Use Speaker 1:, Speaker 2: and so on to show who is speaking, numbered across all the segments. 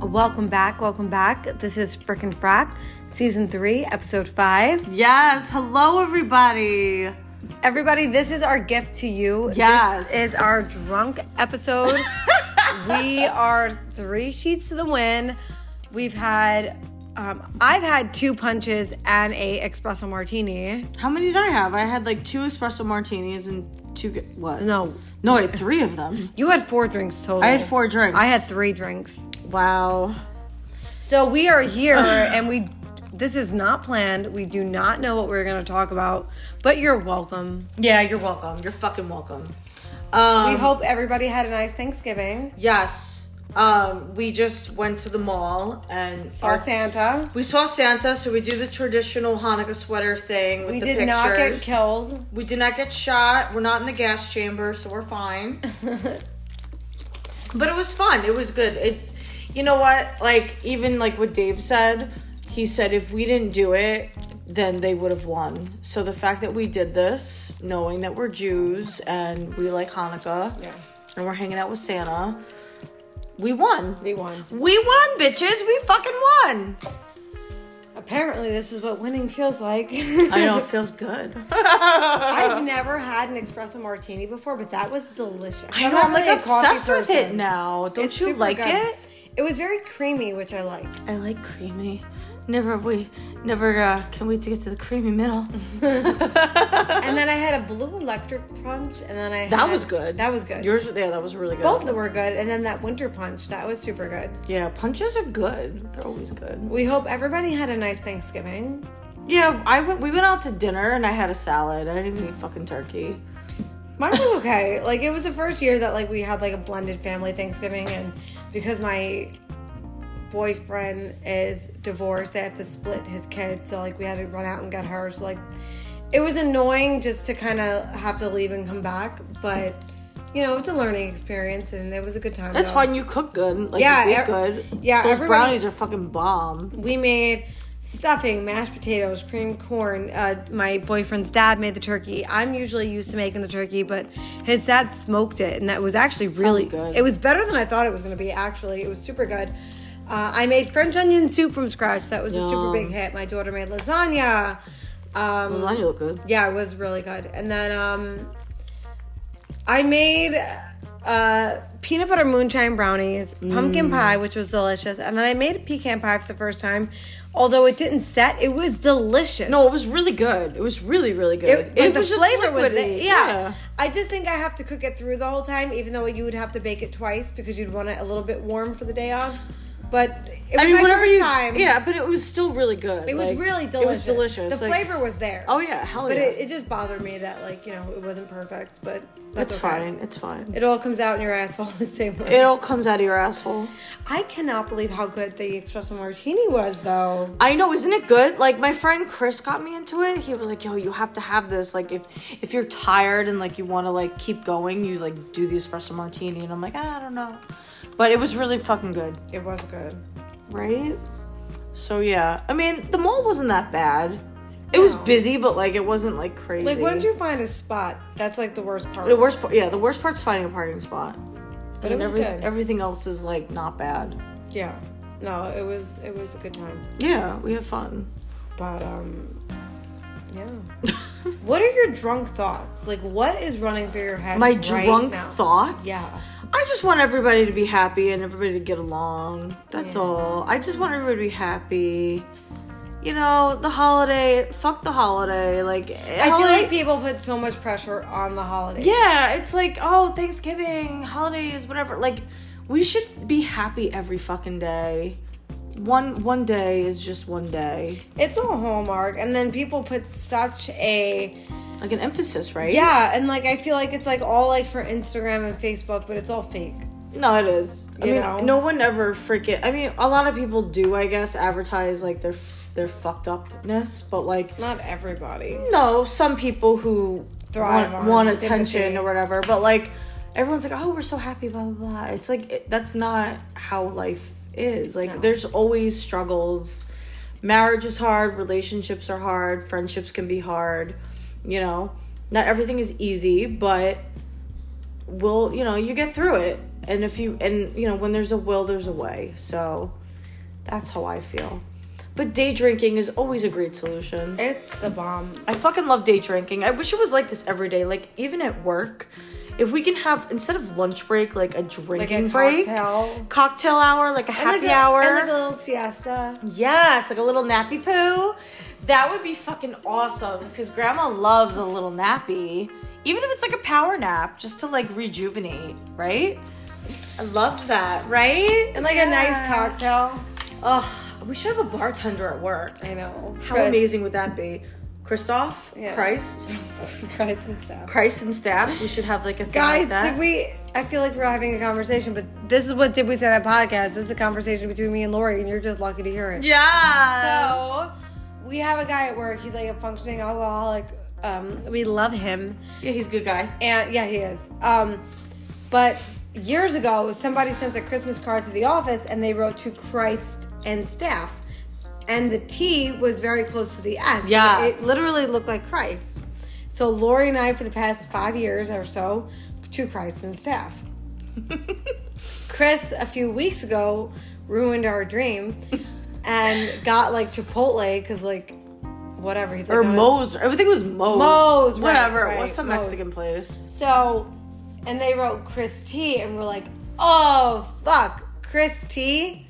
Speaker 1: Welcome back, welcome back. This is Frickin' Frack, Season 3, Episode 5.
Speaker 2: Yes. Hello, everybody.
Speaker 1: Everybody, this is our gift to you.
Speaker 2: Yes.
Speaker 1: This is our drunk episode. we are three sheets to the win. We've had, um, I've had two punches and a espresso martini.
Speaker 2: How many did I have? I had like two espresso martinis and two. g- What?
Speaker 1: No,
Speaker 2: No, I had three of them.
Speaker 1: you had four drinks total.
Speaker 2: I had four drinks.
Speaker 1: I had three drinks.
Speaker 2: Wow.
Speaker 1: So we are here and we this is not planned. We do not know what we're going to talk about, but you're welcome.
Speaker 2: Yeah, you're welcome. You're fucking welcome. Um,
Speaker 1: We hope everybody had a nice Thanksgiving.
Speaker 2: Yes. Um, we just went to the mall and
Speaker 1: Saw
Speaker 2: our-
Speaker 1: Santa.
Speaker 2: We saw Santa, so we do the traditional Hanukkah sweater thing. With
Speaker 1: We
Speaker 2: the
Speaker 1: did not get
Speaker 2: pictures.
Speaker 1: killed.
Speaker 2: We did not get shot. We're not in the gas chamber, so we're fine. but it was fun. It was good. It's you know what? Like even like what Dave said, he said if we didn't do it, then they would have won. So the fact that we did this, knowing that we're Jews and we like Hanukkah,
Speaker 1: Yeah.
Speaker 2: and we're hanging out with Santa, we won.
Speaker 1: We won.
Speaker 2: We won, bitches. We fucking won.
Speaker 1: Apparently, this is what winning feels like.
Speaker 2: I know it feels good.
Speaker 1: I've never had an espresso martini before, but that was delicious.
Speaker 2: I know,
Speaker 1: not
Speaker 2: I'm like
Speaker 1: really a coffee
Speaker 2: obsessed with it
Speaker 1: person.
Speaker 2: now. Don't
Speaker 1: It's
Speaker 2: you
Speaker 1: super
Speaker 2: like
Speaker 1: good.
Speaker 2: it?
Speaker 1: It was very creamy, which I liked.
Speaker 2: I like creamy. Never we never uh, can wait to get to the creamy middle.
Speaker 1: And then I had a blue electric crunch, and then I
Speaker 2: That
Speaker 1: had-
Speaker 2: was good.
Speaker 1: That was good.
Speaker 2: Yours, yeah, that was really good.
Speaker 1: Both of them were good, and then that winter punch that was super good.
Speaker 2: Yeah, punches are good. They're always good.
Speaker 1: We hope everybody had a nice Thanksgiving.
Speaker 2: Yeah, I went. We went out to dinner and I had a salad. I didn't even eat fucking turkey.
Speaker 1: Mine was okay. like it was the first year that like we had like a blended family Thanksgiving, and because my boyfriend is divorced, they have to split his kids. So like we had to run out and get hers. like it was annoying just to kind of have to leave and come back, but you know it's a learning experience, and it was a good time.
Speaker 2: That's
Speaker 1: though.
Speaker 2: fine. You cook good. Like,
Speaker 1: Yeah,
Speaker 2: you bake
Speaker 1: ev-
Speaker 2: good.
Speaker 1: yeah,
Speaker 2: those
Speaker 1: everybody-
Speaker 2: brownies are fucking bomb.
Speaker 1: We made stuffing, mashed potatoes, creamed corn. Uh, my boyfriend's dad made the turkey. I'm usually used to making the turkey, but his dad smoked it, and that was actually really
Speaker 2: good.
Speaker 1: It was better than I thought it was going to be. Actually, it was super good. Uh, I made French onion soup from scratch. That was a super
Speaker 2: Yum.
Speaker 1: big hit. My daughter made lasagna. Um,
Speaker 2: Lasagna look good.
Speaker 1: yeah, it was really good. And then um, I made uh, peanut butter moonshine brownies,
Speaker 2: Mm.
Speaker 1: pumpkin pie, which was delicious. And then I made a pecan pie for the first time. Although it didn't set, it was delicious.
Speaker 2: No, it was really good. It was really, really good.
Speaker 1: It, like, the
Speaker 2: was just
Speaker 1: flavor was
Speaker 2: liquidy.
Speaker 1: there. Yeah. I just think I have to cook it through the whole time, even though you would have to bake it twice because you'd want it a little bit warm for the day of. But it was
Speaker 2: I mean,
Speaker 1: my
Speaker 2: whenever
Speaker 1: first
Speaker 2: you,
Speaker 1: time.
Speaker 2: yeah, but it was still really good.
Speaker 1: It was
Speaker 2: Like,
Speaker 1: really delicious.
Speaker 2: It was delicious.
Speaker 1: The
Speaker 2: Like,
Speaker 1: flavor was there.
Speaker 2: Oh yeah, hell
Speaker 1: But
Speaker 2: yeah.
Speaker 1: it, it just bothered me that, like, you know, it wasn't perfect, but that's
Speaker 2: it's
Speaker 1: okay.
Speaker 2: fine. It's fine.
Speaker 1: It all comes out in your asshole the same way.
Speaker 2: It all comes out of your asshole.
Speaker 1: I cannot believe how good the espresso martini was, though.
Speaker 2: I know, isn't it good? Like my friend Chris got me into it. He was like, "Yo, you have to have this. Like, if if you're tired and like you want to like keep going, you like do the espresso martini." And I'm like, "Ah, I don't know, but it was really fucking good,
Speaker 1: It was good.
Speaker 2: right? So yeah, I mean, the mall wasn't that bad. It was
Speaker 1: No.
Speaker 2: busy, but like it wasn't like crazy.
Speaker 1: Like, once you find a spot, that's like the worst part.
Speaker 2: The worst part, yeah, the worst part's finding a parking spot.
Speaker 1: But it
Speaker 2: And
Speaker 1: was
Speaker 2: every-
Speaker 1: good.
Speaker 2: Everything else is like not bad.
Speaker 1: yeah. No, it was it was a good time.
Speaker 2: Yeah, we have fun.
Speaker 1: But um, yeah. what are your drunk thoughts? Like, what is running through your head?
Speaker 2: My
Speaker 1: right
Speaker 2: drunk
Speaker 1: now?
Speaker 2: thoughts.
Speaker 1: Yeah.
Speaker 2: I just want everybody to be happy and everybody to get along. That's
Speaker 1: Yeah.
Speaker 2: all. I just want everybody to be happy. You know, the holiday. Fuck the holiday. Like
Speaker 1: I feel like people put so much pressure on the holidays.
Speaker 2: Yeah, it's like, oh, Thanksgiving, holidays, whatever. Like, we should be happy every fucking day. One one day is just one day.
Speaker 1: It's a hallmark, and then people put such a
Speaker 2: Like an emphasis, right?
Speaker 1: Yeah, and like I feel like it's like all like for Instagram and Facebook, but it's all fake.
Speaker 2: No, it is. I
Speaker 1: You
Speaker 2: mean,
Speaker 1: know?
Speaker 2: no one ever freaking. I mean, a lot of people do, I guess, advertise like their f- their fucked upness, but like,
Speaker 1: Not everybody.
Speaker 2: no, some people who
Speaker 1: Thrive
Speaker 2: want,
Speaker 1: on
Speaker 2: want
Speaker 1: sympathy.
Speaker 2: attention or whatever. But like, everyone's like, oh, we're so happy, blah blah blah. It's like it, that's not how life is. Like,
Speaker 1: No.
Speaker 2: there's always struggles. Marriage is hard. Relationships are hard. Friendships can be hard. You know, not everything is easy, but will you know you get through it and if you and you know when there's a will there's a way so That's how I feel. But day drinking is always a great solution.
Speaker 1: It's the bomb.
Speaker 2: I fucking love day drinking. I wish it was like this every day. Like even at work, if we can have instead of lunch break, like a drinking break,
Speaker 1: cocktail.
Speaker 2: cocktail hour, like a happy
Speaker 1: like a,
Speaker 2: hour,
Speaker 1: And like a little siesta.
Speaker 2: yes, like a little nappy poo. That would be fucking awesome because Grandma loves a little nappy, even if it's like a power nap, just to like rejuvenate, right? I love that, right?
Speaker 1: And like a nice cocktail.
Speaker 2: Oh, we should have a bartender at work.
Speaker 1: I know.
Speaker 2: How
Speaker 1: Chris-
Speaker 2: amazing would that be? Christoph,
Speaker 1: Yeah.
Speaker 2: Christ,
Speaker 1: Christ and stuff.
Speaker 2: Christ and staff. We should have like a thing
Speaker 1: Guys,
Speaker 2: like that.
Speaker 1: did we? I feel like we're having a conversation, but this is what did we say that podcast? This is a conversation between me and Lori, and you're just lucky to hear it.
Speaker 2: Yeah.
Speaker 1: So we have a guy at work. He's like a functioning alcoholic. Um, we love him,
Speaker 2: yeah, he's a good guy.
Speaker 1: and yeah, he is. Um, but years ago, somebody sent a Christmas card to the office, and they wrote to Christ and staff, and the T was very close to the S.
Speaker 2: Yes.
Speaker 1: it literally looked like Christ. So Lori and I, for the past five years or so, to Christ and staff. Chris a few weeks ago ruined our dream and got like Chipotle because like whatever he's like,
Speaker 2: or
Speaker 1: "No, no."
Speaker 2: Moe's. I think it was Moe's.
Speaker 1: Moe's, right,
Speaker 2: Whatever.
Speaker 1: right,
Speaker 2: What's some
Speaker 1: Moe's.
Speaker 2: Mexican place?
Speaker 1: So, and they wrote Chris T, and we're like, oh fuck, Chris T,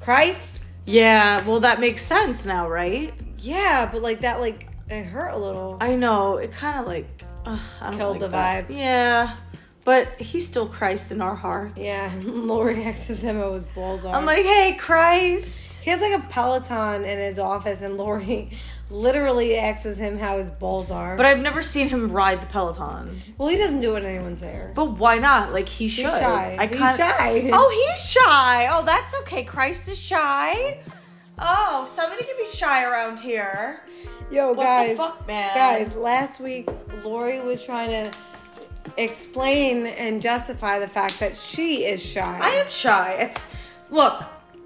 Speaker 1: Christ.
Speaker 2: Yeah. Well, that makes sense now, right?
Speaker 1: Yeah, but like that like it hurt a little.
Speaker 2: I know. It kind of like ugh, I don't
Speaker 1: Killed
Speaker 2: like
Speaker 1: the
Speaker 2: that.
Speaker 1: vibe.
Speaker 2: Yeah. But he's still Christ in our heart.
Speaker 1: yeah, Lori X's MO was bullseye.
Speaker 2: I'm like, hey, Christ.
Speaker 1: he has like a Peloton in his office, and Lori literally asks him how his balls are.
Speaker 2: But I've never seen him ride the Peloton.
Speaker 1: well, he doesn't do it when anyone's there.
Speaker 2: But why not? Like he should.
Speaker 1: shy.
Speaker 2: I
Speaker 1: He's
Speaker 2: kinda-
Speaker 1: shy.
Speaker 2: Oh, he's shy. Oh, that's okay. Christ is shy. Oh, somebody can be shy around here.
Speaker 1: Yo,
Speaker 2: What
Speaker 1: guys,
Speaker 2: the fuck, man?
Speaker 1: guys, last week Lori was trying to explain and justify the fact that she is shy.
Speaker 2: I am shy. It's look.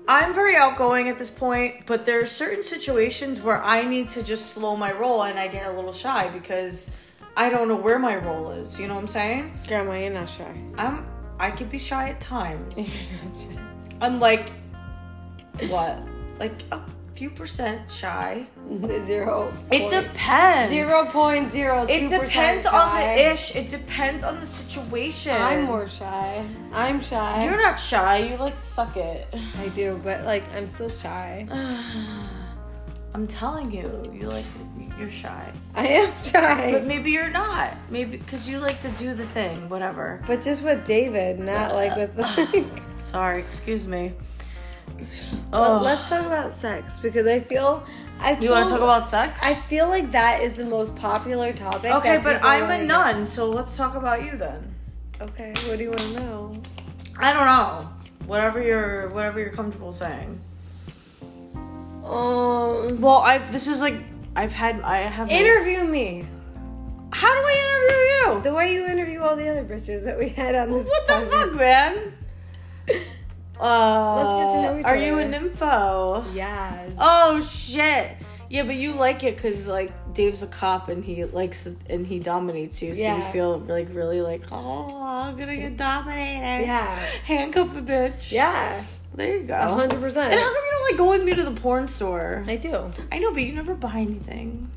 Speaker 2: I'm very outgoing at this point, but there are certain situations where I need to just slow my roll and I get a little shy because I don't know where my roll is. You know what I'm saying?
Speaker 1: Grandma, you're not shy.
Speaker 2: I'm I could be shy at times.
Speaker 1: You're not shy.
Speaker 2: I'm like what? Like a few percent shy.
Speaker 1: Zero.
Speaker 2: It
Speaker 1: point-
Speaker 2: depends.
Speaker 1: Zero point zero.
Speaker 2: It depends on the ish. It depends on the situation.
Speaker 1: I'm more shy. I'm shy.
Speaker 2: You're not shy. You like to suck it.
Speaker 1: I do, but like I'm still shy.
Speaker 2: I'm telling you, you like to, you're shy.
Speaker 1: I am shy.
Speaker 2: But
Speaker 1: But,
Speaker 2: maybe you're not. Maybe because you like to do the thing. Whatever.
Speaker 1: just with David, not like with like.
Speaker 2: Sorry. Excuse me.
Speaker 1: But
Speaker 2: Oh,
Speaker 1: let's talk about sex because I feel I.
Speaker 2: you want to
Speaker 1: feel-
Speaker 2: talk about sex?
Speaker 1: I feel like that is the most popular topic.
Speaker 2: okay,
Speaker 1: that
Speaker 2: but
Speaker 1: people
Speaker 2: I'm
Speaker 1: wanna
Speaker 2: a
Speaker 1: hear.
Speaker 2: nun, so let's talk about you then.
Speaker 1: Okay, what do you want to know?
Speaker 2: I don't know. Whatever you're, whatever you're comfortable saying.
Speaker 1: Um,
Speaker 2: Well, I. This is like I've had. I have.
Speaker 1: interview me
Speaker 2: How do I interview you?
Speaker 1: the way you interview all the other bitches that we had on this.
Speaker 2: What the fuck,
Speaker 1: podcast.
Speaker 2: man? Uh,
Speaker 1: Let's get to know each
Speaker 2: are you
Speaker 1: other.
Speaker 2: an info?
Speaker 1: Yes.
Speaker 2: Oh shit! Yeah, but you like it because like Dave's a cop and he likes it and he dominates you, so you
Speaker 1: Yeah.
Speaker 2: feel like really like oh I'm gonna get dominated.
Speaker 1: Yeah.
Speaker 2: handcuff a bitch.
Speaker 1: Yeah,
Speaker 2: there you go.
Speaker 1: a hundred
Speaker 2: And how
Speaker 1: percent.
Speaker 2: come you don't like go with me to the porn store?
Speaker 1: I do
Speaker 2: I know, but you never buy anything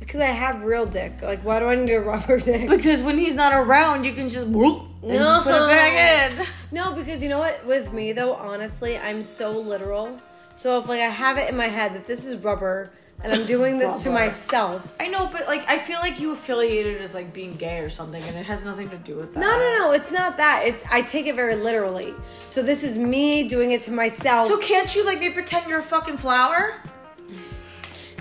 Speaker 1: because I have real dick. Like, why do I need a rubber dick?
Speaker 2: because when he's not around, you can just whoop and just put it back in.
Speaker 1: No, because you know what? With me though, honestly, I'm so literal. So if like I have it in my head that this is rubber and I'm doing this to
Speaker 2: Rubber.
Speaker 1: myself,
Speaker 2: I know, but like I feel like you affiliate it as like being gay or something, and it has nothing to do with that.
Speaker 1: No, no, no. It's not that. It's I take it very literally. So this is me doing it to myself
Speaker 2: So can't you like maybe pretend you're a fucking flower?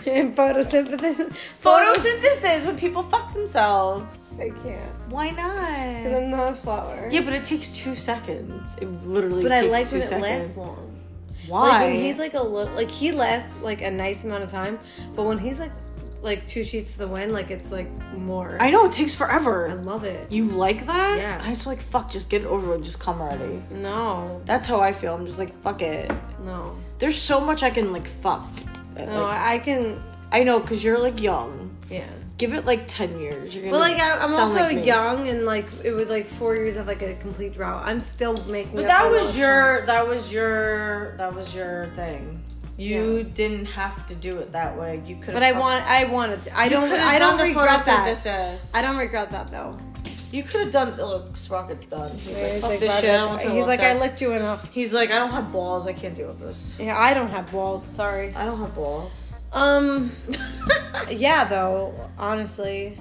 Speaker 1: in photosynthesis.
Speaker 2: Photosynthesis when people fuck themselves.
Speaker 1: I can't.
Speaker 2: Why
Speaker 1: 'cause
Speaker 2: not?
Speaker 1: I'm not a flower.
Speaker 2: Yeah, but it takes two seconds. It literally.
Speaker 1: but I
Speaker 2: takes
Speaker 1: like
Speaker 2: two
Speaker 1: when it
Speaker 2: seconds.
Speaker 1: lasts long.
Speaker 2: Why?
Speaker 1: Like when he's like a little, like he lasts like a nice amount of time. But when he's like, like two sheets to the wind, like it's like more.
Speaker 2: I know it takes
Speaker 1: I
Speaker 2: forever.
Speaker 1: love it.
Speaker 2: You like that?
Speaker 1: Yeah.
Speaker 2: I just like fuck. Just get it over with. Just come already.
Speaker 1: No,
Speaker 2: That's how I feel. I'm just like fuck it.
Speaker 1: no,
Speaker 2: There's so much I can like fuck.
Speaker 1: no.
Speaker 2: Like,
Speaker 1: I I can.
Speaker 2: I know because you're like young.
Speaker 1: Yeah.
Speaker 2: Give it like ten years. You're gonna
Speaker 1: But like I, I'm
Speaker 2: sound
Speaker 1: also
Speaker 2: like me.
Speaker 1: young and like it was like four years of like a complete route. I'm still making.
Speaker 2: But
Speaker 1: up
Speaker 2: that
Speaker 1: for
Speaker 2: was
Speaker 1: lost
Speaker 2: your that was your that was your thing. You
Speaker 1: Yeah.
Speaker 2: didn't have to do it that way. You could.
Speaker 1: But I want. I wanted. To, I don't. I don't regret that. I don't regret that though.
Speaker 2: You could have done. oh, Look, Sprocket's done. He's like,
Speaker 1: He's
Speaker 2: fuck
Speaker 1: like,
Speaker 2: this
Speaker 1: "Rob,
Speaker 2: shit. I don't want to
Speaker 1: he's
Speaker 2: have
Speaker 1: like, I
Speaker 2: sex."
Speaker 1: licked you enough.
Speaker 2: He's like, I don't have balls. I can't deal with this.
Speaker 1: Yeah, I don't have balls. Sorry.
Speaker 2: I don't have balls.
Speaker 1: Um. yeah, though. Honestly,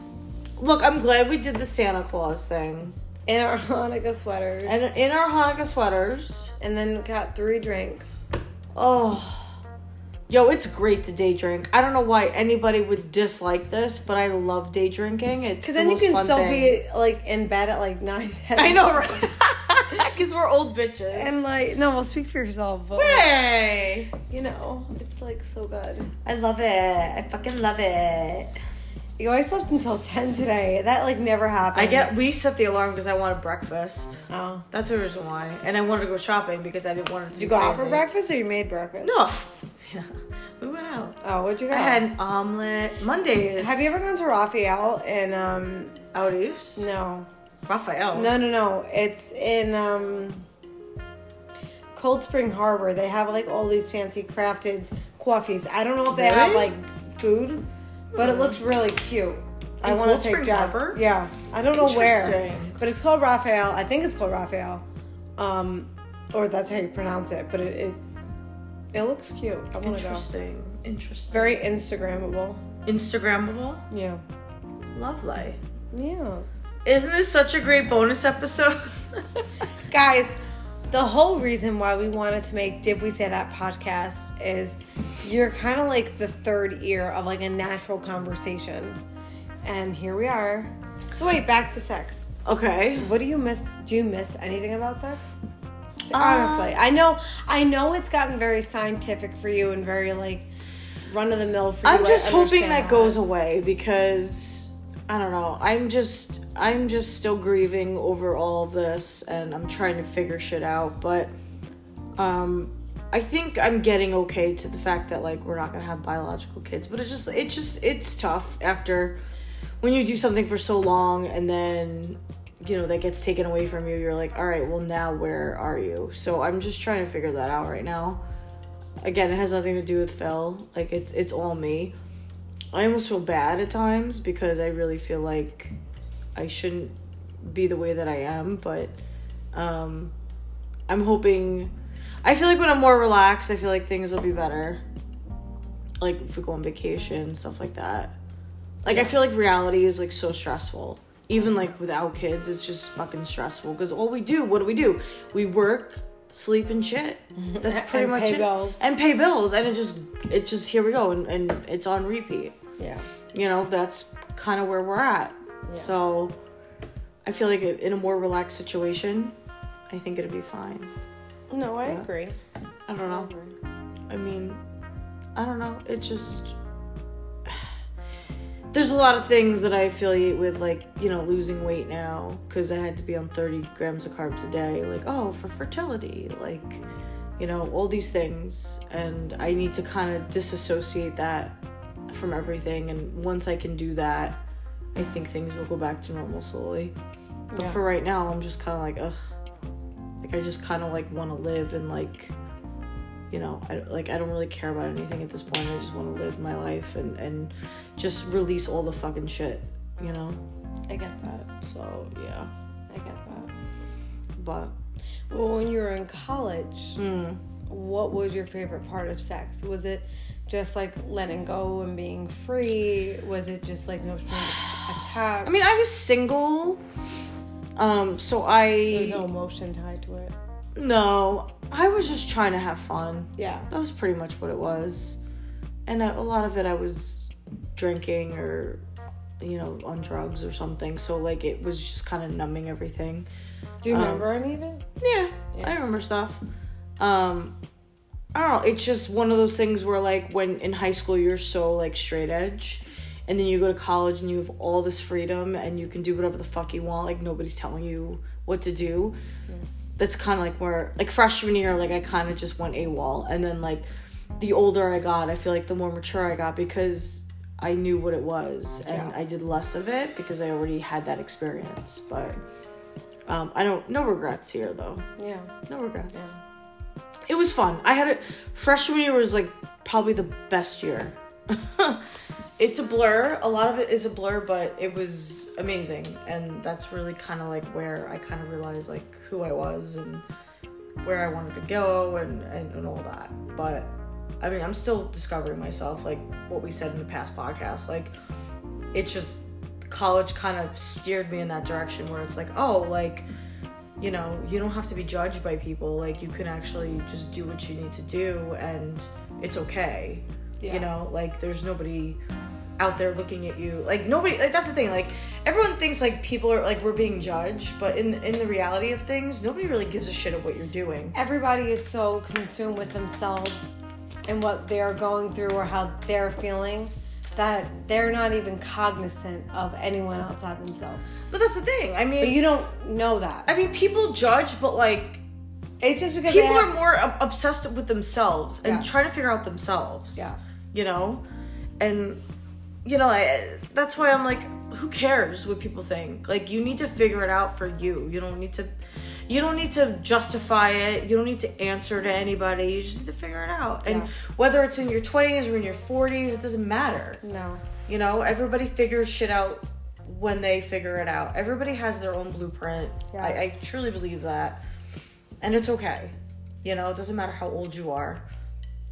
Speaker 2: Look, I'm glad we did the Santa Claus thing,
Speaker 1: in our Hanukkah sweaters, and,
Speaker 2: and in our Hanukkah sweaters.
Speaker 1: then got three drinks.
Speaker 2: Oh. Yo, it's great to day drink. I don't know why anybody would dislike this, but I love day drinking. It's
Speaker 1: Because
Speaker 2: because
Speaker 1: then you can
Speaker 2: fun
Speaker 1: still
Speaker 2: thing.
Speaker 1: be like in bed at like nine. 10.
Speaker 2: I know, right? Because we're old bitches.
Speaker 1: And like, no, well, speak for yourself. But, like,
Speaker 2: hey,
Speaker 1: you know, it's like so good.
Speaker 2: I love it. I fucking love it.
Speaker 1: You I slept until ten today. That like never happens.
Speaker 2: I get. We set the alarm because I wanted breakfast.
Speaker 1: Oh.
Speaker 2: That's the reason why. And I wanted to go shopping because I didn't want to.
Speaker 1: Did you go out for breakfast or you made breakfast?
Speaker 2: No. Yeah, we went out.
Speaker 1: Oh, what'd you go?
Speaker 2: I had an omelet Mondays.
Speaker 1: Have you ever gone to Raphael and um
Speaker 2: out east?
Speaker 1: no.
Speaker 2: Raphael.
Speaker 1: No no no. It's in um Cold Spring Harbor. They have like all these fancy crafted coffees. I don't know if they have
Speaker 2: Really?
Speaker 1: like food, but it looks really cute. I
Speaker 2: In
Speaker 1: want
Speaker 2: Cold
Speaker 1: to take
Speaker 2: Spring
Speaker 1: Jess.
Speaker 2: Harbor?
Speaker 1: Yeah, I don't know where,
Speaker 2: Interesting.
Speaker 1: but it's called Raphael. I think it's called Raphael, um, or that's how you pronounce it. But it it, it looks cute. I want to go.
Speaker 2: Interesting. Interesting.
Speaker 1: Very Instagrammable.
Speaker 2: Instagrammable.
Speaker 1: Yeah.
Speaker 2: Lovely.
Speaker 1: Yeah.
Speaker 2: Isn't this such a great bonus episode?
Speaker 1: Guys, the whole reason why we wanted to make Did We Say That podcast is you're kind of like the third ear of like a natural conversation. And here we are. So wait, back to sex.
Speaker 2: okay.
Speaker 1: What do you miss? Do you miss anything about sex?
Speaker 2: Uh,
Speaker 1: Honestly, I know I know it's gotten very scientific for you and very like run of the mill for you.
Speaker 2: I'm
Speaker 1: I
Speaker 2: just hoping
Speaker 1: understand
Speaker 2: that, goes away because I don't know. I'm just I'm just still grieving over all of this and I'm trying to figure shit out, but um I think I'm getting okay to the fact that like we're not going to have biological kids, but it's just it just it's tough after when you do something for so long and then you know that gets taken away from you. You're like, "All right, well now where are you?" So I'm just trying to figure that out right now again it has nothing to do with phil like it's it's all me i almost feel bad at times because i really feel like i shouldn't be the way that i am but um i'm hoping i feel like when i'm more relaxed i feel like things will be better like if we go on vacation stuff like that like i feel like reality is like so stressful even like without kids it's just fucking stressful because all we do what do we do we work sleep and shit that's pretty
Speaker 1: And
Speaker 2: much
Speaker 1: pay
Speaker 2: it
Speaker 1: bills.
Speaker 2: and pay bills and it just it just here we go and, and it's on repeat
Speaker 1: Yeah.
Speaker 2: you know that's kind of where we're at so i feel like in a more relaxed situation i think it'd be fine
Speaker 1: No, I agree.
Speaker 2: i don't know i mean i don't know it's just there's a lot of things that i affiliate with like you know losing weight now because i had to be on 30 grams of carbs a day like oh for fertility like you know all these things and i need to kind of disassociate that from everything and once i can do that i think things will go back to normal slowly but
Speaker 1: Yeah.
Speaker 2: for right now i'm just kind of like ugh like i just kind of like want to live and like you know I, like i don't really care about anything at this point i just want to live my life and and just release all the fucking shit you know
Speaker 1: I get that.
Speaker 2: so yeah
Speaker 1: I get that.
Speaker 2: but
Speaker 1: Well, when you were in college,
Speaker 2: mm,
Speaker 1: what was your favorite part of sex? Was it just like letting go and being free? Was it just like no strings attached?
Speaker 2: i mean i was single um so i
Speaker 1: There's no emotion tied to it.
Speaker 2: No, I was just trying to have fun.
Speaker 1: Yeah.
Speaker 2: That was pretty much what it was. And uh, a, a lot of it I was drinking or, you know, on drugs or something. So, like, it was just kind of numbing everything.
Speaker 1: Do you remember
Speaker 2: Um,
Speaker 1: any of it?
Speaker 2: Yeah, I remember stuff. Um, I don't know. It's just one of those things where, like, when in high school you're so like straight edge, and then you go to college and you have all this freedom and you can do whatever the fuck you want. Like nobody's telling you what to do. That's kind of like where, like freshman year, like I kind of just went AWOL, and then like the older I got, I feel like the more mature I got because I knew what it was and
Speaker 1: Yeah.
Speaker 2: I did less of it because I already had that experience. But um, I don't no regrets here though.
Speaker 1: Yeah.
Speaker 2: No regrets. It was fun. I had it freshman year was like probably the best year. it's a blur. A lot of it is a blur, but it was amazing. And that's really kind of like where I kind of realized like who I was and where I wanted to go and, and, and all that. But I mean, I'm still discovering myself, like what we said in the past podcast. Like, it's just college kind of steered me in that direction where it's like, oh, like, you know, you don't have to be judged by people. Like, you can actually just do what you need to do and it's okay.
Speaker 1: Yeah.
Speaker 2: You know, like, there's nobody out there looking at you like nobody like that's the thing like everyone thinks like people are like we're being judged but in in the reality of things nobody really gives a shit of what you're doing
Speaker 1: Everybody is so consumed with themselves and what they're going through or how they're feeling that they're not even cognizant of anyone outside themselves.
Speaker 2: But that's the thing. I
Speaker 1: But
Speaker 2: mean,
Speaker 1: you don't know that.
Speaker 2: I mean, people judge, but like
Speaker 1: It's just because
Speaker 2: people
Speaker 1: they
Speaker 2: are
Speaker 1: have-
Speaker 2: more ob- obsessed with themselves and
Speaker 1: Yeah.
Speaker 2: trying to figure out themselves.
Speaker 1: Yeah.
Speaker 2: You know, and you know I, that's why I'm like, who cares what people think? Like, you need to figure it out for you. You don't need to. You don't need to justify it. You don't need to answer to anybody. You just need to figure it out. And
Speaker 1: Yeah.
Speaker 2: whether it's in your 20s or in your 40s, it doesn't matter.
Speaker 1: no.
Speaker 2: You know, everybody figures shit out when they figure it out. Everybody has their own blueprint.
Speaker 1: Yeah.
Speaker 2: I, I truly believe that. And it's okay. You know, it doesn't matter how old you are.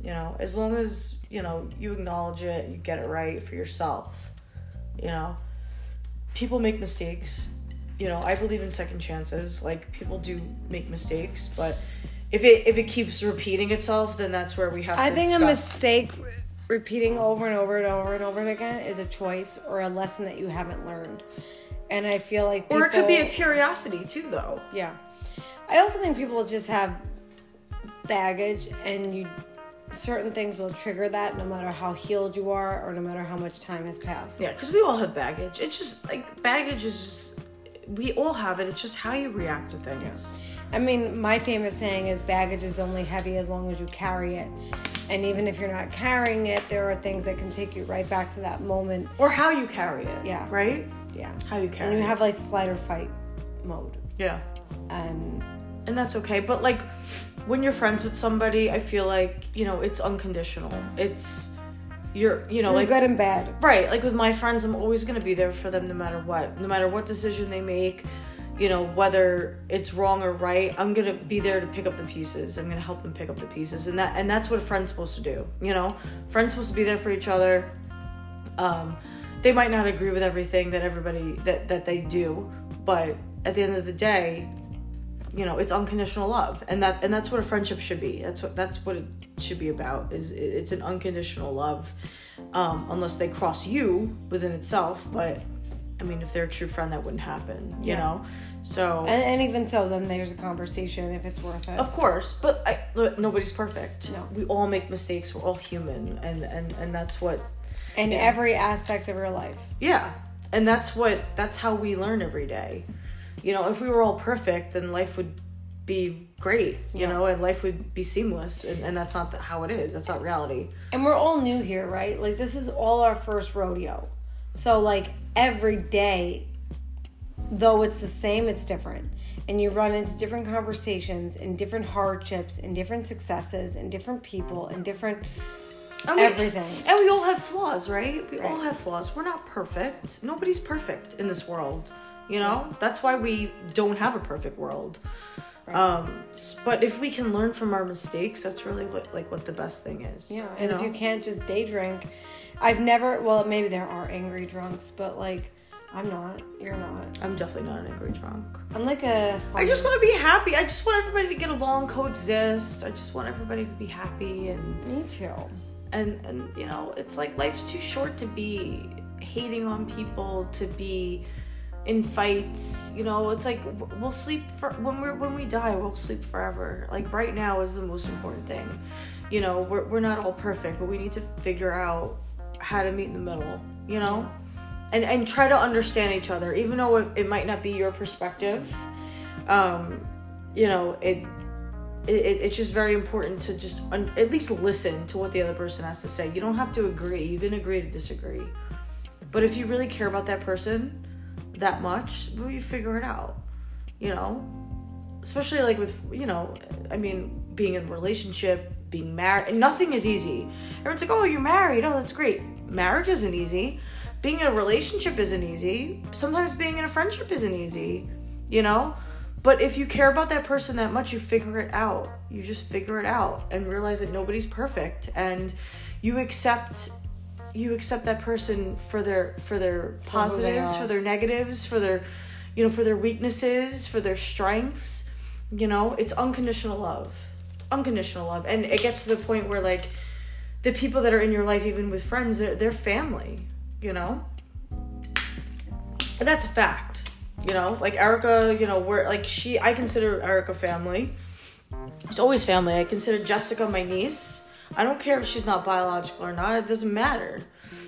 Speaker 2: You know, as long as, you know, you acknowledge it, you get it right for yourself. You know, people make mistakes. You know, I believe in second chances. Like people do make mistakes, but if it if it keeps repeating itself, then that's where we have
Speaker 1: I
Speaker 2: to
Speaker 1: think a
Speaker 2: discuss-
Speaker 1: mistake repeating over and over and over and over and again is a choice or a lesson that you haven't learned. And I feel like
Speaker 2: or it could be a
Speaker 1: people-
Speaker 2: curiosity too though.
Speaker 1: Yeah. I also think people just have baggage and you certain things will trigger that no matter how healed you are or no matter how much time has passed.
Speaker 2: Yeah, because we all have baggage. It's just like baggage is just we all have it. It's just how you react to things.
Speaker 1: I mean, my famous saying is baggage is only heavy as long as you carry it. And even if you're not carrying it, there are things that can take you right back to that moment.
Speaker 2: Or how you carry it.
Speaker 1: Yeah.
Speaker 2: Right?
Speaker 1: Yeah.
Speaker 2: How you carry
Speaker 1: And you
Speaker 2: it.
Speaker 1: have like flight or fight mode.
Speaker 2: yeah.
Speaker 1: And
Speaker 2: And that's okay. But like when you're friends with somebody, I feel like, you know, it's unconditional. It's you're you know,
Speaker 1: you're
Speaker 2: like
Speaker 1: good and bad.
Speaker 2: right like with my friends i'm always going to be there for them no matter what no matter what decision they make you know whether it's wrong or right i'm going to be there to pick up the pieces i'm going to help them pick up the pieces and that and that's what a friend's supposed to do you know friends supposed to be there for each other um they might not agree with everything that everybody that that they do but at the end of the day you know it's unconditional love and that and that's what a friendship should be that's what that's what it should be about is it- it's an unconditional love um, unless they cross you within itself but i mean if they're a true friend that wouldn't happen you
Speaker 1: Yeah.
Speaker 2: know so
Speaker 1: And, and even so, then there's a conversation if it's worth it.
Speaker 2: of course but I, look, nobody's perfect
Speaker 1: No.
Speaker 2: we all make mistakes we're all human and and and that's what
Speaker 1: In every aspect of your life.
Speaker 2: yeah and that's what that's how we learn every day you know if we were all perfect then life would be great you
Speaker 1: Yeah.
Speaker 2: know and life would be seamless and, and that's not the, how it is that's not reality
Speaker 1: And we're all new here, right? Like this is all our first rodeo. So like every day though it's the same, it's different. And you run into different conversations and different hardships and different successes and different people and different
Speaker 2: and we,
Speaker 1: Everything.
Speaker 2: and we all have flaws right we all
Speaker 1: Right.
Speaker 2: have flaws we're not perfect nobody's perfect in this world you know that's why we don't have a perfect world um s- but if we can learn from our mistakes that's really what like what the best thing is
Speaker 1: Yeah,
Speaker 2: you
Speaker 1: and if
Speaker 2: know?
Speaker 1: you can't just day drink, I've never. Well, maybe there are angry drunks, but like, I'm not. You're not.
Speaker 2: i'm definitely not an angry drunk
Speaker 1: I'm like a.
Speaker 2: I just want to be happy. I just want everybody to get along, coexist. I just want everybody to be happy and
Speaker 1: Me too.
Speaker 2: and and you know, it's like life's too short to be hating on people, to be in fights. You know, it's like w- we'll sleep for when we're when we die, we'll sleep forever. Like right now is the most important thing. You know, we're we're not all perfect, but we need to figure out how to meet in the middle. You know. And, and try to understand each other, even though it, it might not be your perspective um, you know, it it, it, it's just very important to just un- at least listen to what the other person has to say. You don't have to agree. You can agree to disagree. But if you really care about that person that much, well, you figure it out. You know, especially like with you know, I mean, being in a relationship, being married, nothing is easy. Everyone's like, "Oh, you're married. Oh, that's great." Marriage isn't easy. Being in a relationship isn't easy. Sometimes being in a friendship isn't easy. You know, but if you care about that person that much, you figure it out. You just figure it out and realize that nobody's perfect and you accept you accept that person for their for their positives,
Speaker 1: are.
Speaker 2: for their negatives, for their you know, for their weaknesses, for their strengths. You know, it's unconditional love. It's unconditional love. And it gets to the point where like the people that are in your life even with friends, they're, they're family, you know? And that's a fact. You know, like Erica, you know, we're like she I consider Erica family. It's always family. I consider Jessica my niece. I don't care if she's not biological or not, it doesn't matter.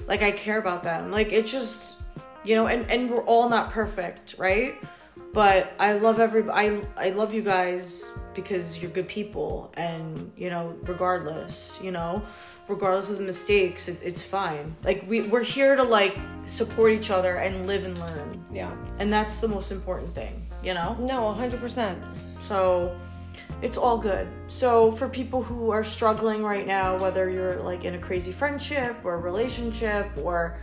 Speaker 2: Like I care about them. Like it just you know, and, and we're all not perfect, right? But I love every I I love you guys because you're good people and you know, regardless, you know, regardless of the mistakes, it, it's fine. Like we we're here to like support each other and live and learn
Speaker 1: Yeah.
Speaker 2: and that's the most important thing you know
Speaker 1: No, 100%.
Speaker 2: so it's all good so for people who are struggling right now whether you're like in a crazy friendship or a relationship or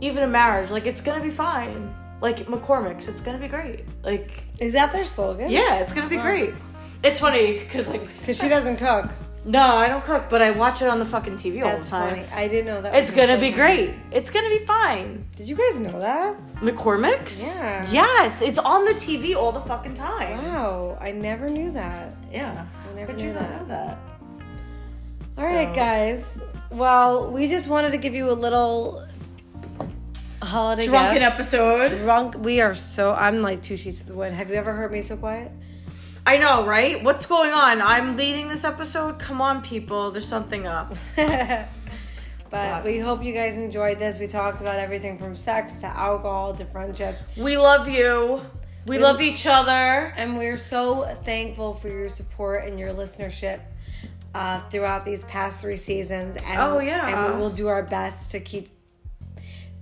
Speaker 2: even a marriage like it's gonna be fine like mccormick's it's gonna be great like
Speaker 1: Is that their slogan?
Speaker 2: yeah it's gonna be great it's funny because like
Speaker 1: Because she doesn't cook.
Speaker 2: no i don't cook but i watch it on the fucking tv all
Speaker 1: That's
Speaker 2: the time
Speaker 1: funny. I didn't know that.
Speaker 2: it's
Speaker 1: was their
Speaker 2: gonna be
Speaker 1: slogan.
Speaker 2: great it's gonna be fine
Speaker 1: Did you guys know that?
Speaker 2: mccormick's
Speaker 1: Yeah.
Speaker 2: yes it's on the tv all the fucking time
Speaker 1: Wow, I never knew that.
Speaker 2: Yeah.
Speaker 1: I never
Speaker 2: Could
Speaker 1: knew
Speaker 2: you not
Speaker 1: that.
Speaker 2: know that?
Speaker 1: All right,
Speaker 2: So-
Speaker 1: guys. Well, we just wanted to give you a little holiday
Speaker 2: Drunken
Speaker 1: gift.
Speaker 2: episode.
Speaker 1: Drunk. We are so. I'm like two sheets to the wind. Have you ever heard me so quiet?
Speaker 2: I know, right? What's going on? I'm leading this episode. Come on, people. There's something up.
Speaker 1: but
Speaker 2: Wow.
Speaker 1: we hope you guys enjoyed this. We talked about everything from sex to alcohol to friendships.
Speaker 2: We love you. We love each other.
Speaker 1: And we're so thankful for your support and your listenership uh, throughout these past three seasons. And,
Speaker 2: Oh, yeah.
Speaker 1: And we will do our best to keep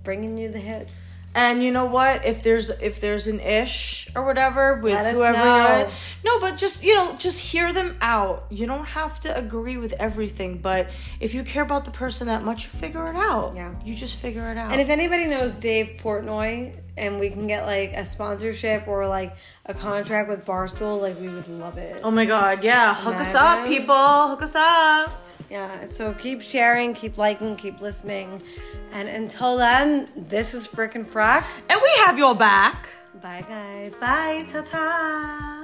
Speaker 1: bringing you the hits.
Speaker 2: And you know what? If there's if there's an ish or whatever with
Speaker 1: Let us
Speaker 2: whoever
Speaker 1: know.
Speaker 2: you're with- no, but just you know, just hear them out. You don't have to agree with everything, but if you care about the person that much, you figure it out.
Speaker 1: Yeah.
Speaker 2: You just figure it out.
Speaker 1: And if anybody knows Dave Portnoy and we can get like a sponsorship or like a contract with Barstool, like we would love it.
Speaker 2: oh my god, yeah. Hook us up,
Speaker 1: Imagine.
Speaker 2: people. Hook us up.
Speaker 1: Yeah. So keep sharing, keep liking, keep listening. And until then, this is Frickin' Frack.
Speaker 2: And we have your back.
Speaker 1: Bye, guys.
Speaker 2: Bye, ta ta.